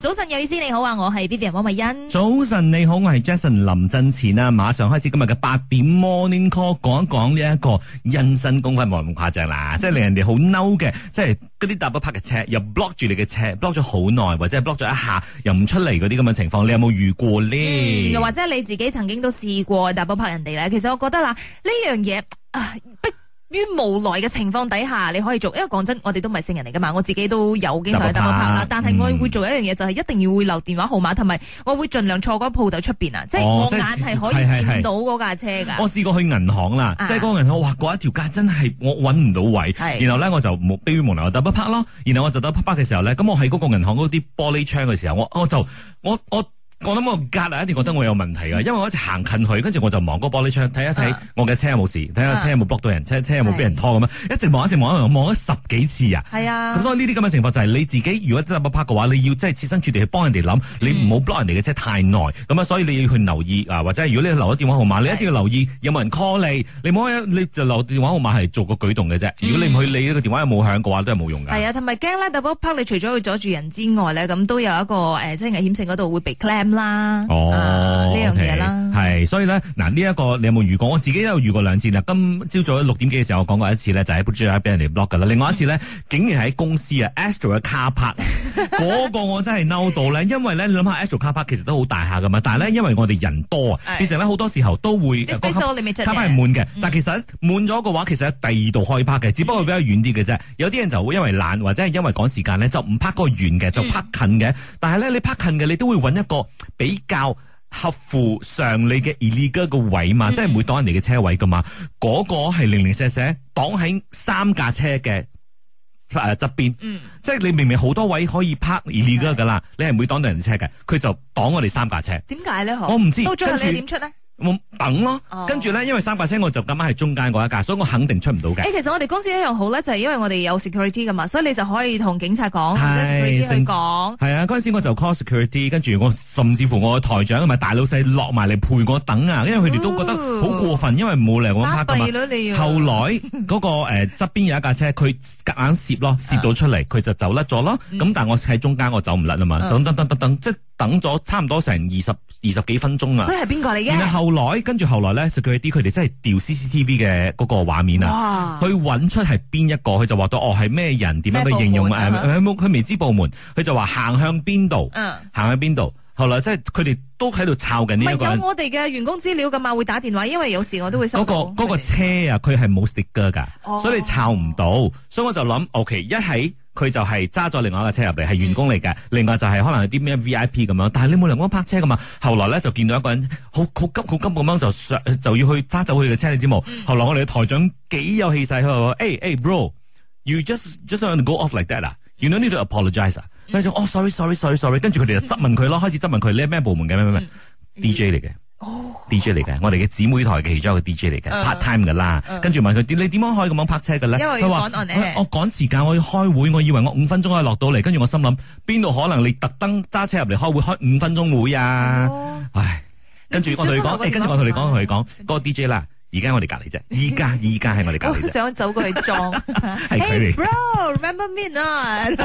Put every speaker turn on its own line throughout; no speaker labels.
早晨有意思，你好啊，我係 B B 人汪慧欣。
早晨，你好，我係 Jason 林振前啊！馬上開始今日嘅八點 Morning Call，講一講呢一個因身公分冇咁誇張啦，即係令人哋好嬲嘅，即係嗰啲搭不泊嘅車又 block 住你嘅車，block 咗好耐，或者係 block 咗一下又唔出嚟嗰啲咁嘅情況，你有冇遇過呢？
嗯，又或者你自己曾經都試過搭波拍人哋咧，其實我覺得啦，呢樣嘢啊，逼於無奈嘅情況底下，你可以做，因為講真，我哋都唔係聖人嚟噶嘛，我自己都有經常去搭波拍啦，但
搭波
係
拍
我
嗯
會做一樣嘢，就係一定要會留電話號碼，同埋我會盡量錯嗰鋪頭出邊啊，即係
哦
我
即係
眼係可
係係哦
以
係
見到嗰架車噶。
我試過去銀行啦，
啊
即係嗰個銀行，哇！嗰一條街真係我揾唔到位，
係
然後咧我就冇卑於無能，我 double park 咯。然後我就 double park 嘅時候咧，咁我喺嗰個銀行嗰啲玻璃窗嘅時候，我我就我我。我諗我隔啊，一定覺得我有問題㗎，因為我一直行近佢，跟住我就望嗰個玻璃窗，睇一睇
嗯啊
我嘅車有冇事，睇下車有冇 block 到人，車車有冇俾人拖咁樣，一直望一直望，一直望望咗十幾次啊！
係啊
咁，所以呢啲咁嘅情況就係你自己，如果真係 park 嘅話，你要真係設身處地去幫人哋諗，你唔好
嗯
block 人哋嘅車太耐。咁啊，所以你要去留意啊，或者係如果你留咗電話號碼，你一定要留意有冇人 call 你。你唔好一你就留電話號碼係做個舉動嘅啫。如果你唔去理呢個電話有冇響嘅話，都係冇用㗎。
係啊，同埋驚咧 double park，你除咗會阻住人之外咧，咁都有一個誒，即係危險性嗰度會被 clam 啦，
哦，
啊呢樣嘢啦
OK，係，所以咧，嗱呢一個你有冇遇過？我自己都有遇過兩次啦。今朝早六點幾嘅時候，我講過一次咧，就喺 b u j a 俾人哋 block 噶啦。另外一 次咧，竟然喺公司啊 Astro 嘅 car park，嗰個我真係嬲到咧，因為咧你諗下 Astro car park 其實都好大下噶嘛，但係咧因為我哋人多啊，
係
變成咧好多時候都會
啲
呃
space
嗰
我哋未出
car
嘅
park 係滿嘅，但其實滿咗嘅話，其實喺第二度可以 park 嘅，只不過比較遠啲嘅啫。有啲人就會因為懶或者係因為趕時間咧，就唔 park 嗰個遠嘅，就 park 近嘅。但係咧，你 park 近嘅，你都會揾一個比較。合乎常理嘅 illegal 個位嘛，即係唔會擋人哋嘅車位噶嘛，嗰、個係零零舍舍擋喺三架車嘅誒側邊，
嗯。
即係你明明好多位可以 park illegal 噶啦，你係唔會擋到人哋車嘅，佢就擋我哋三架車。
點解咧？嗬
我唔知
到最後
跟住
你點出咧？
我等咯
哦，
跟住咧，因為三架車我就咁啱係中間嗰一架，所以我肯定出唔到嘅。
誒，其實我哋公司一樣好咧，就係因為我哋有 security 噶嘛，所以你就可以同警察講，
係
同 security 去
成
講。
係啊，嗰陣時我就 call security，跟住我甚至乎我台長同埋大老細落埋嚟陪我等啊，因為佢哋都覺得好過分，因為冇嚟我
哦巴
park 噶嘛
閉。咯，啊你要。
後來嗰個誒側邊有一架車，佢夾硬攝
啊
咯，攝到出嚟，佢就走甩咗咯。咁但係我喺中間，我走唔甩啊嘛，
嗯
等等等等等，即係等咗差唔多成二十二十幾分鐘啊
所。以係邊個嚟
然
嘅？
後後來跟住後來咧，security 佢哋真係調 CCTV 嘅嗰個畫面啊。
哇！
去揾出係邊一個，佢就話到哦係咩人，點樣
咩部
去形容
門
誒
啊
誒冇佢未知部門，佢就話行向邊度，
嗯，
行向邊度。後來即係佢哋都喺度抄緊
唔
呢一個
係
人
有。我哋嘅員工資料噶嘛，會打電話，因為有時我都會
嗰、
收
個
到
嗰、個車啊，佢係冇 sticker 㗎，
哦
所以你抄唔到。所以我就諗，OK，一係佢就係揸咗另外一架車入嚟，係員工嚟嘅，另外就係可能有啲咩 VIP 咁樣。但係你冇能光泊車㗎嘛。後來咧就見到一個人好好急好急咁樣就上就要去揸走佢嘅車，你知冇？後來我哋嘅台長幾有氣勢，佢話：，誒、誒、b r o you just just want to go off like that 啊，you don't need to apologize 啊。跟住哦，sorry sorry sorry sorry，跟住佢哋就質問佢咯，開始質問佢你係咩部門嘅咩咩咩 DJ 嚟嘅。DJ 嚟嘅，我哋嘅姊妹台嘅其中一個 DJ 嚟嘅
哦嗯
，part time 噶啦
嗯。
跟住問佢點，你點樣可以咁樣泊車嘅咧？
因為要
佢
趕
話
on
我
air
我趕時間，我要開會，我以為我五分鐘可以落到嚟。跟住我心諗，邊度可能你特登揸車入嚟開會開五分鐘會啊？
哦
唉，跟住我同你講，
你
誒，
至
跟
少
住
都留
我同
個
你
電話
講，我同你講，
嗯
嗰個 DJ 啦，而家我哋隔 離啫，依家依家喺我哋隔離
我
啫，
想走過去撞。
係佢
Hey。
嚟
bro，remember me not？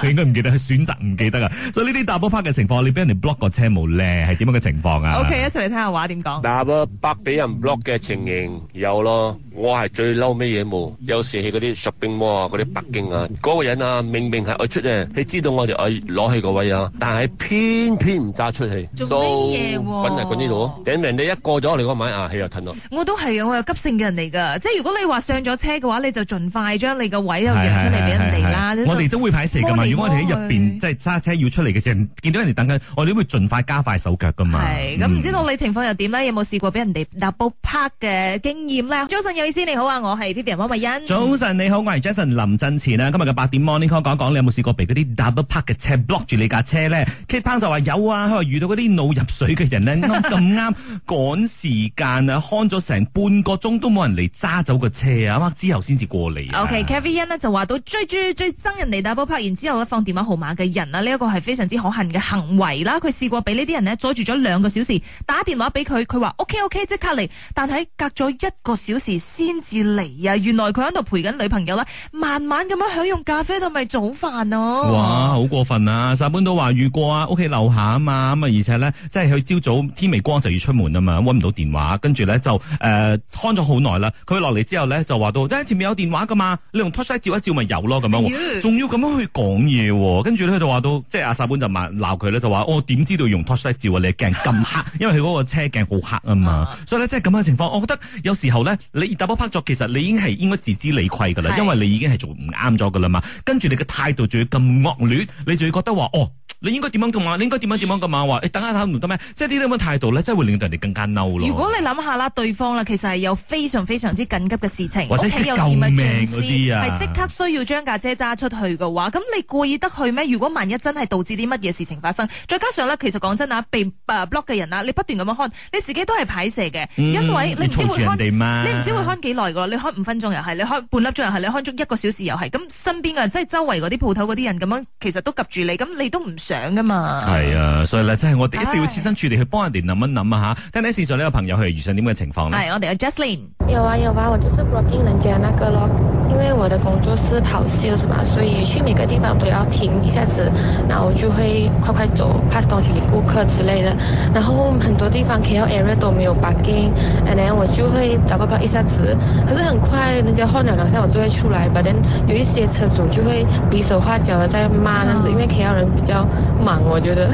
佢應該唔記得，佢選擇唔記得啊。所以呢啲 double park 嘅情況，你俾人哋 block 個車冇咧，係點樣嘅情況啊
OK，一齊嚟聽下話點講。
嗱，個北俾人 block 嘅情形有咯，我係最嬲咩嘢冇？有時喺嗰啲 shopping mall 啊，嗰啲北京啊，嗰、個人啊，明明係我出嘅，佢知道我哋我攞去個位啊，但係偏偏唔揸出去，
做
所
乜嘢
以
喎
滾啊嚟滾呢度，頂人哋一過咗嚟嗰買啊，佢又褪落。
我都係啊，我係急性嘅人嚟噶，即係如果你話上咗車嘅話，你就盡快將你個位又讓出嚟俾人哋啦。
係係係係我哋都會排蛇噶嘛。
摸嚟
如果我哋喺
摸
入
去
邊即係揸車要出嚟嘅時候，見到人哋等緊，我哋都會盡快加快手腳噶嘛。
係咁，唔知
嗯
道你情況又點咧？有冇試過俾人哋 double park 嘅經驗咧？早晨有意思，你好啊，我係 Vivian 汪慧欣。
早晨，你好，我係 Jason 林振前啊。今日嘅八點 Morning Call 講講，你有冇試過被嗰啲 double park 嘅車 block 住你架車咧？Kit Pang 就話有啊，佢話遇到嗰啲腦入水 嘅人咧，啱咁啱趕時間啊，看咗成半個鐘都冇人嚟揸走個車啊，啱啱之後先至過嚟啊。
OK，Kevin 呢就話到追豬追以憎人哋 double park，然之後咧放電話號碼嘅人啊，呢一個係非常之可恨嘅行為啦。佢試過俾呢啲人呢阻住咗兩個小時，打電話俾佢，佢話 OK OK 即刻嚟，但係隔咗一個小時先至嚟啊！原來佢喺度陪緊女朋友啦，慢慢咁樣享用咖啡同埋早飯哦。
哇，好過分啊！撒本都話遇過啊，屋企樓下啊嘛，咁啊，而且咧，即係佢朝早天未光就要出門啊嘛，搵唔到電話，跟住咧就誒看咗好耐啦。佢落嚟之後咧就話到，哎誒前面有電話噶嘛，你用 torchlight 照一照咪有咯咁樣喎，
咦
仲要咁樣去講嘢喎。跟住咧佢就話到，即係阿撒本就罵鬧佢咧，就話我點知道用 torchlight 照啊？你鏡咁黑，因為佢嗰個車鏡好黑啊嘛
啊。
所以咧即係咁樣嘅情況，我覺得有時候咧你 double park 咗，其實你已經係應該自知理虧噶啦，
係
因為你已經係做唔啱咗噶啦嘛，跟住你嘅態度仲要咁惡劣，你仲要覺得話哦，你應該點樣咁啊，你應該點樣點樣咁啊，話你等下睇唔得咩？即係呢啲咁嘅態度咧，真係會令到人哋更加嬲咯。
如果你諗下啦，對方啦，其實係有非常非常之緊急嘅事情，
或者
屋企有
救
啲
命嗰啲啊
係即刻需要將架姐揸出去嘅話，咁你故意得去咩？如果萬一真係導致啲乜嘢事情發生，再加上咧，其實講真啊，被呃 block 嘅人啊，你不斷咁樣看，你自己都係排射嘅，
嗯
因為你唔知
嘈住
會
人
看。
哋嘛，
你唔知會看幾耐噶你看五分鐘又係，你看半粒鐘又係，你看足一個小時又係，咁身邊嘅人即係周圍嗰啲鋪頭嗰啲人咁樣，其實都及住你，咁你都唔想噶嘛。
係啊，所以咧，真係我哋一定要
唉
設身處地去幫人哋諗一諗啊吓。聽聽線上呢個朋友佢係遇上點嘅情況咧？
係我哋嘅 Justine。
有啊有啊，我就是 blocking 人家那个咯，因为我的工作是跑 sales 嘛，所以去每个地方都要停一下子，然后我就会快快走，pass 东西给顾客之类的。然后很多地方 KL area 都没有 parking，and then 我就会 double park 一下子，可是很快人家换了两下我就会出来，but then 有一些车主就会比手画脚的在骂这样子，因为 KL 人比较忙，我觉得。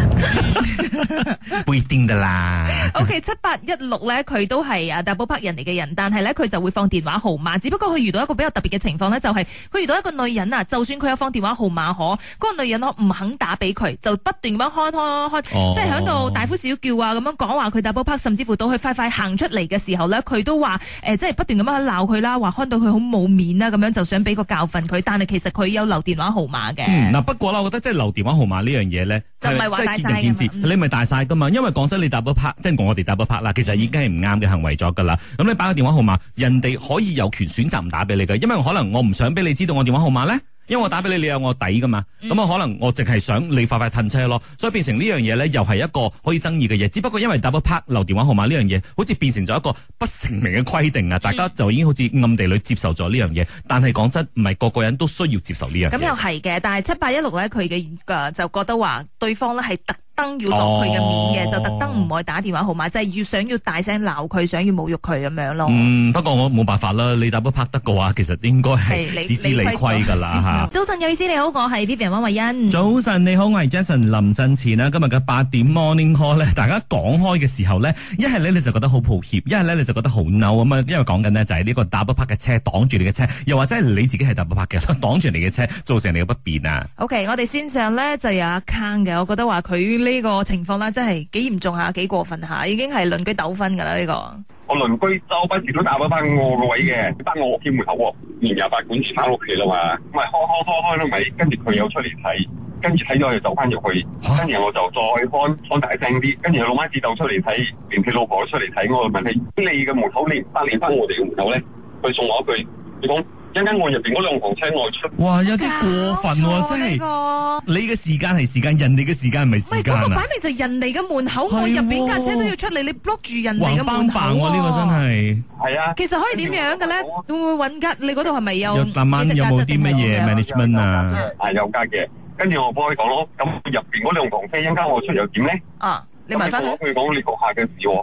不一定噶啦。
O.K. 七八一六咧，佢都係啊 double park 人嚟嘅人，但係咧佢就會放電話號碼。只不過佢遇到一個比較特別嘅情況咧，就係、佢遇到一個女人啊，就算佢有放電話號碼可，嗰、個女人可唔肯打俾佢，就不斷咁樣開開開，
哦
即係喺度大呼小叫啊，咁樣講話佢 double park，甚至乎到佢快快行出嚟嘅時候咧，佢都話誒、即係不斷咁樣鬧佢啦，話看到佢好冇面啊啦，咁樣就想俾個教訓佢，但係其實佢有留電話號碼嘅。
嗯，嗱，不過啦，我覺得即係留電話號碼呢樣嘢咧，
就唔係話
即
大晒㗎嘛
見仁見智，
嗯
你咪大晒噶嘛。因為講真，你打波拍，即係我哋打波拍啦，其實已經係唔啱嘅行為咗噶啦。
嗯
咁你擺個電話號碼，人哋可以有權選擇唔打俾你嘅，因為可能我唔想俾你知道我電話號碼咧。因為我打俾你，你有我底噶嘛，
嗯
咁啊、可能我淨係想你快快褪車咯，所以變成呢樣嘢咧，又係一個可以爭議嘅嘢。只不過因為 double park 留電話號碼呢樣嘢，好似變成咗一個不成名嘅規定啊，大家就已經好似暗地裏接受咗呢樣嘢。但係講真，唔係個個人都需要接受呢樣嘢。
咁又係嘅，但係七八一六咧，佢嘅誒就覺得話對方咧係特登要落佢嘅面嘅，
哦
就特登唔愛打電話號碼，即係要想要大聲鬧佢，想要侮辱佢咁樣咯。
嗯，不過我冇辦法啦，你打波拍得嘅話，其實應該
係
係
你
自知理虧嗯㗎 啦嚇。
早晨，有意思你好，我係 Vivian 温慧欣。
早晨，你好，我係 Jason 林振前啊啦。今日嘅八點 Morning Call 咧， 大家講開嘅時候咧，一係咧你就覺得好抱歉，一係咧你就覺得好嬲咁啊。因為講緊呢就係呢個打不拍嘅車擋住你嘅車，又或者係你自己係打不拍嘅， 擋住你嘅車，造成你嘅不便啊。
OK，我哋線上咧就有阿 Can 嘅，我覺得話佢呢個情況啦，真係幾嚴重下，幾過分下，已經係鄰居糾紛㗎啦呢個。
我鄰居周不時都打翻翻我個位嘅，得我屋企門口喎，年廿八管住翻屋企啦嘛，咪開開開開啦咪，跟住佢又出嚟睇，跟住睇咗佢就走翻入去，跟住我就再看看大聲啲，跟住佢老媽子走出嚟睇，連佢老婆都出嚟睇，我就問佢：你嘅門口你唔翻連翻我哋嘅門口咧？佢送我一句，佢講一間我入邊嗰兩行車外出。
哇，有啲過分
搞
喎，
錯啊
真
呢
係
個
你嘅時間係時間，人哋嘅時間係咪
喂，
時間
嗰個
啊
擺？明就人哋嘅門口，我入
係
邊架
喎
車都要出嚟，你 block 住人哋
橫
嘅
斑
門口啊
白喎，呢個真係。
係啊，
其實可以點樣嘅咧？會唔會揾吉？你嗰度係咪有
有今晚有冇啲乜嘢 management 啊？
係有家嘅。跟住我幫佢講咯，咁入邊嗰兩行車，一間我出又點咧？
啊，你問翻
咁佢講你閣下嘅事喎。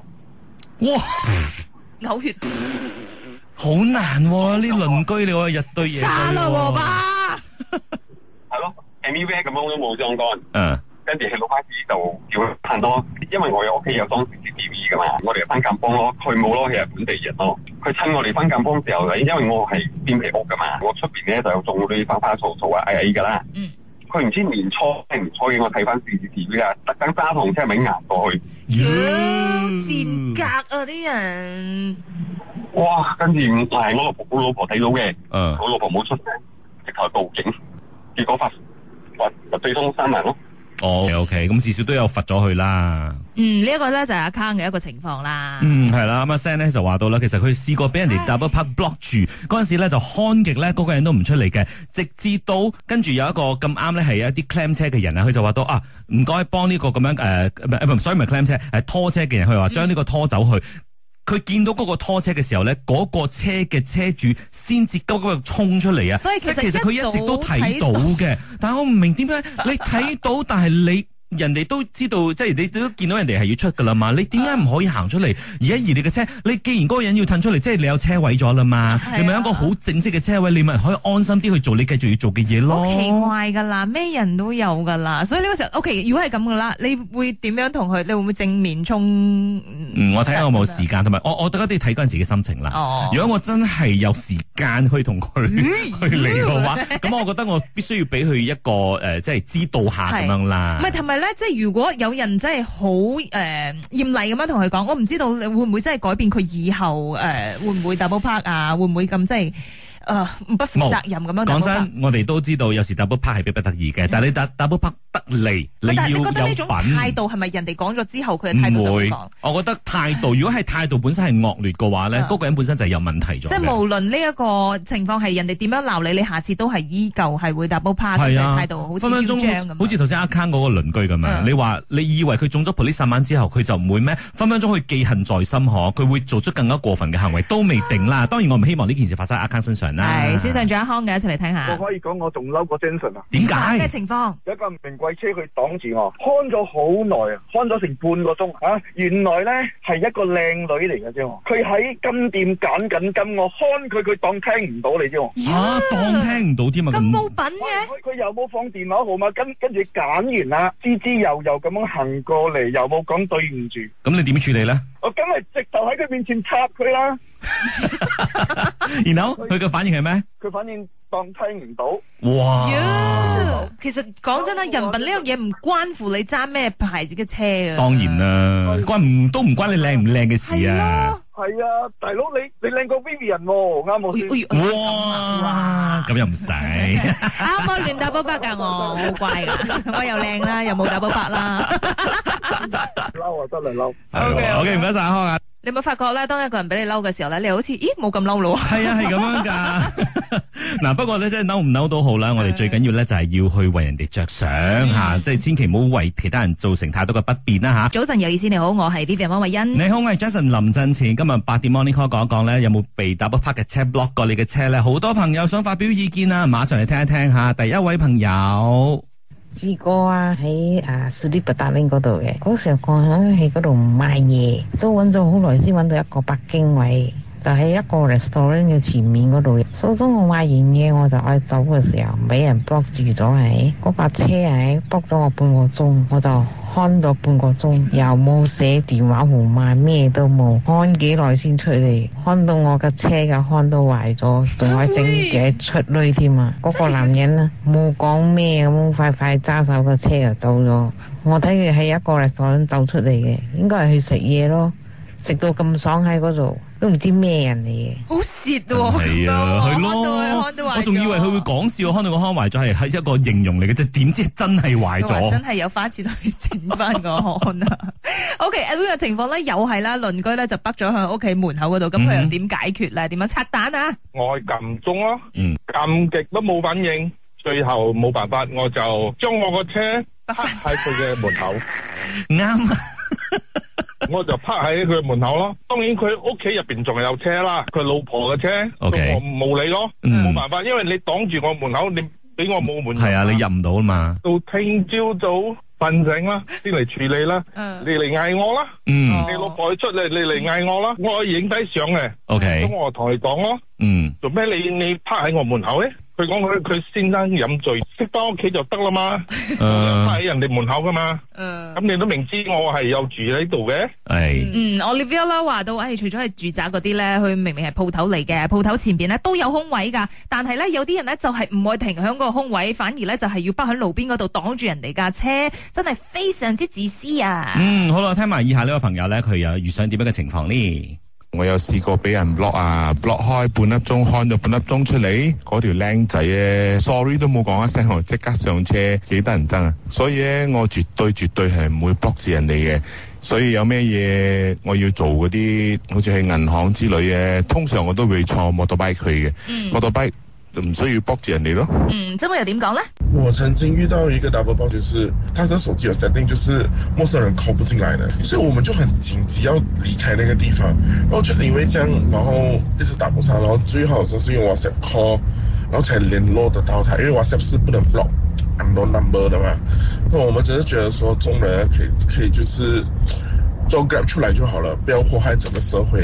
哇，
扭血
好難喎！呢鄰居你話日對夜對
沙啦
喎
喎！吧？
係咯，anywhere 咁樣都冇相干。
嗯，
跟住佢老巴子就叫佢行多，因為我哋屋企有裝 CCTV 噶嘛，我哋分間幫咯，佢冇咯，佢係本地人咯。佢趁我哋分間幫時候，因為我係邊皮屋噶嘛，我出邊咧就有種嗰啲花花草草啊、矮矮噶啦。
嗯。
佢唔知年初定唔初幾，我睇翻 CCTV 啊，特登揸堂車咪行過去，
妖賤格啊！啲人
哇！跟住係我老婆，我老婆睇到嘅，
嗯，
我老婆冇出聲，直頭報警，結果發發追蹤三人咯。
哦，OK，咁至少都有罰咗佢啦。
嗯，呢一個咧就係阿康嘅一個情況啦。
嗯，係啦，咁啊 Sam 咧就話到啦，其實佢試過俾人哋 double park block 住，嗰陣時咧就看極咧嗰個人都唔出嚟嘅，直至到跟住有一個咁啱咧係一啲 clam 車嘅人啊，佢就話到啊，唔該幫呢個咁樣誒，唔係唔所以唔係 clam 車，係拖車嘅人，佢話將呢個拖走去。佢見到嗰個拖車嘅時候咧，嗰、個車嘅車主先至急急咁衝出嚟啊！
所以其實
即係其實佢一直都睇到嘅，但係我唔明點 解你睇到，但係你人哋都知道，即係你都見到人哋係要出噶啦嘛，你
啊
點解唔可以行出嚟？而家而你嘅車，你既然嗰個人要褪出嚟，即係你有車位咗啦嘛，
係啊
你咪有一個好正式嘅車位，你咪可以安心啲去做你繼續要做嘅嘢咯。
好奇怪噶啦，咩人都有噶啦，所以呢個時候，OK，如果係咁噶啦，你會點樣同佢？你會唔會正面衝？嗯
嗯，我睇下我冇時間，同埋我我覺得都要睇嗰陣時嘅心情啦。
哦嗯
如果我真係有時間去同佢 去嚟嘅話，咁我覺得我必須要俾佢一個誒、呃即係知道下咁樣啦
唔。係，同埋咧，即係如果有人真係好誒嚴厲咁樣同佢講，我唔知道你會唔會真係改變佢以後誒、呃、會唔會 double park 啊？會唔會咁即係誒不負責任咁樣 double
講
park？
真，我哋都知道有時 double park 係逼不得已嘅，但係你 dou- double park 得嚟，你要
嗯但係你覺得呢種
有
態
品。
度係咪人哋講咗之後佢嘅態度就
唔
會
會
講？，
我覺得態 度，如果係態度本身係惡劣嘅話咧，
嗯
嗰個人本身就係有問題
即
咗嘅。
係無論呢一個情況係人哋點樣鬧你，你下次都係依舊係會 double park 嘅
係啊
態度，好似
分分
囂張
鐘
咁。啊
好似頭先阿康嗰個鄰居咁樣，
嗯
你話你以為佢中咗 police 十萬之後，佢就唔會咩？分分鐘佢記恨在心可，佢會做出更加過分嘅行為都未定啦。當然我唔希望呢件事發生喺阿康身上啦。
嗯係先上咗一康嘅，一齊嚟聽下
我可以講我仲嬲過 Jenson 啊！
點
咩
解？
情況？
有一架名貴車佢擋住我，看咗好耐啊，看咗成半個鐘啊！原來咧係一個靚女嚟嘅啫喎，佢喺金店揀緊金，我看佢佢當聽唔到你啫喎。
啊，當聽唔到添啊！
咁冇
咁
品嘅，
佢佢又冇放電話號碼，跟跟住揀完啦，支支又又咁樣行過嚟，又冇講對唔住，
咁你點處理咧？
我梗係直頭喺佢面前插佢啦。
然後佢嘅反應係咩？
佢反應當聽唔到，
哇！啊
呀其實講真啦，人哦品呢樣嘢唔關乎你揸咩牌子嘅車啊。
當然啦，關唔都唔關你靚唔靚嘅事
係
啊
咯！。
係啊，大佬你你靚過 Vivian 喎，啱冇
哎哎。
先
哎咁
哇
啊！
咁又 唔使，
哎啱我亂打波北㗎，我好乖㗎，我又靚啦，又冇打波北啦。
嬲啊，真係嬲。
OK，唔該晒阿康啊！
你有冇發覺咧？當一個人俾你嬲嘅時候咧，你好似咦冇咁嬲咯喎。
系啊，系咁樣噶。 嗱，不過咧，即係嬲嗯唔嬲都好啦，我哋最緊要咧就係要去為人哋着想吓，即係千祈唔好為其他人造成太多嘅不便啦
早晨有意思，你好，我係 Vivian 汪慧欣。
吓。你好，我係 Jason 林振前。今日八點 Morning Call 講一講咧，有冇被 double park 嘅車 block 過你嘅車咧？好多朋友想發表意見啊，馬上嚟聽一聽吓。第一位朋友，
試過啊，喺啊士力伯達令嗰度嘅，嗰時候我喺嗰度買嘢，都揾咗好耐先揾到一個北京位，就喺一個 restaurant 嘅前面嗰度。所以我買完嘢我就愛走嘅時候，俾人 block 住咗係，嗰架車係 block 咗我半個鐘，我就看咗半個鐘，又冇寫電話號碼，咩都冇，看幾耐先出嚟，看到我架車嘅看到壞咗，仲可以整嘢出嚟添啊！嗰、個男人啊，冇講咩咁，快快揸手個車就走咗。我睇佢喺一個 r e s 走出嚟嘅，應該係去食嘢咯，食到咁爽喺嗰度，都唔知咩人嚟嘅。
好蝕
係啊
喎，咁樣喎
係
看到佢
咯
看到壞咗
我仲以為佢會講笑，看到個康壞咗係係一個形容嚟嘅啫，點知真係壞
佢話
咗
真。係有花錢去整翻個案啊！OK，呢個情況咧又係啦，鄰居咧就北咗向屋企門口嗰度，咁佢又
嗯
點解決咧？點樣拆彈啊？
我係撳鐘咯
嗯，
撳極都冇反應，最後冇辦法，我就將我個車泊喺佢嘅門 口，
啱啊，
我就泊喺佢嘅門口咯。當然佢屋企入邊仲有車啦，佢老婆嘅車，
OK
咁我冇理咯，
嗯
冇辦法，因為你擋住我門口，你俾我冇門。
係啊，你入唔到啊嘛。
入到聽朝早瞓醒啦，先嚟處理啦。
嗯
你嚟嗌我啦，
嗯
哦
你老婆出嚟，你嚟嗌我啦，我影低相嘅，咁
，OK，
我同佢講咯。
嗯。
做咩你你趴喺我門口咧？佢講佢佢先生飲醉，識翻屋企就得啦嘛，趴
嗯诶，
喺人哋門口噶嘛。
嗯
咁你都明知我係有住喺度嘅，
系
嗯，Olivia 啦話到，哎誒除咗係住宅嗰啲咧，佢明明係鋪頭嚟嘅，鋪頭前邊咧都有空位㗎，但係咧有啲人咧就係唔愛停響個空位，反而咧就係要北喺路邊嗰度擋住人哋架車，真係非常之自私啊！
嗯嗯，好啦，聽埋以下呢位朋友咧，佢又遇上點樣嘅情況呢？
我有試過俾人 block 啊，block 開半粒鐘，看咗半粒鐘出嚟，嗰條僆仔咧，sorry 都冇講一聲，我即刻上車，幾得人憎啊！所以咧，我絕對絕對係唔會 block 住人哋嘅。所以有咩嘢我要做嗰啲，好似係銀行之類嘅，通常我都會坐摩托 bike 佢嘅，
嗯
摩托 bike 唔需要 block 住人哋咯。
嗯，周末又點講咧？
我曾经遇到一个 double bug，就是他的手机有 setting，就是陌生人 call 不进来的，所以我们就很紧急要离开那个地方，然后就是因为这样，然后一直打不上，然后最后就是用 WhatsApp call，然后才联络得到他，因为 WhatsApp 是不能 block unknown number 的嘛。那我们只是觉得说，中人可以可以就是做 grab 出来就好了，不要祸害整个社会。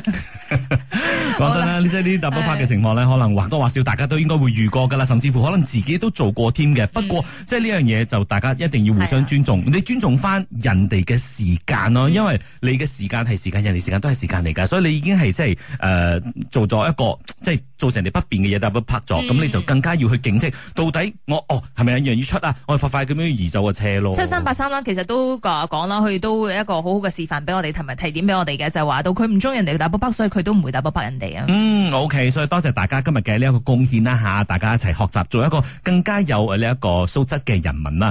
講真啦，呢即係呢啲 double park 嘅情況咧，可能或多或少大家都應該會遇過噶啦，甚至乎可能自己都做過添嘅。不過即係呢樣嘢就大家一定要
嗯
互
係啊嗯
相尊重，你尊重翻人哋嘅時間咯，因為你嘅時間係時間，人哋時間都係時間嚟㗎，所以你已經係即係誒做咗一個即係造成人哋不便嘅嘢 double park 咗，咁
嗯
你就更加要去警惕，到底我哦係咪有樣要出啊？我快快咁樣移走個車咯。
七三八三啦，其實都講講啦，佢都一個好好嘅示範俾我哋，同埋提點俾我哋嘅，就係話到佢唔中意人哋打波北，所以佢都唔會打波北人哋啊。
嗯，OK，所以多謝大家今呃日嘅呢一個貢獻啦吓，大家一齊學習做一個更加有呢一個素質嘅人民啦。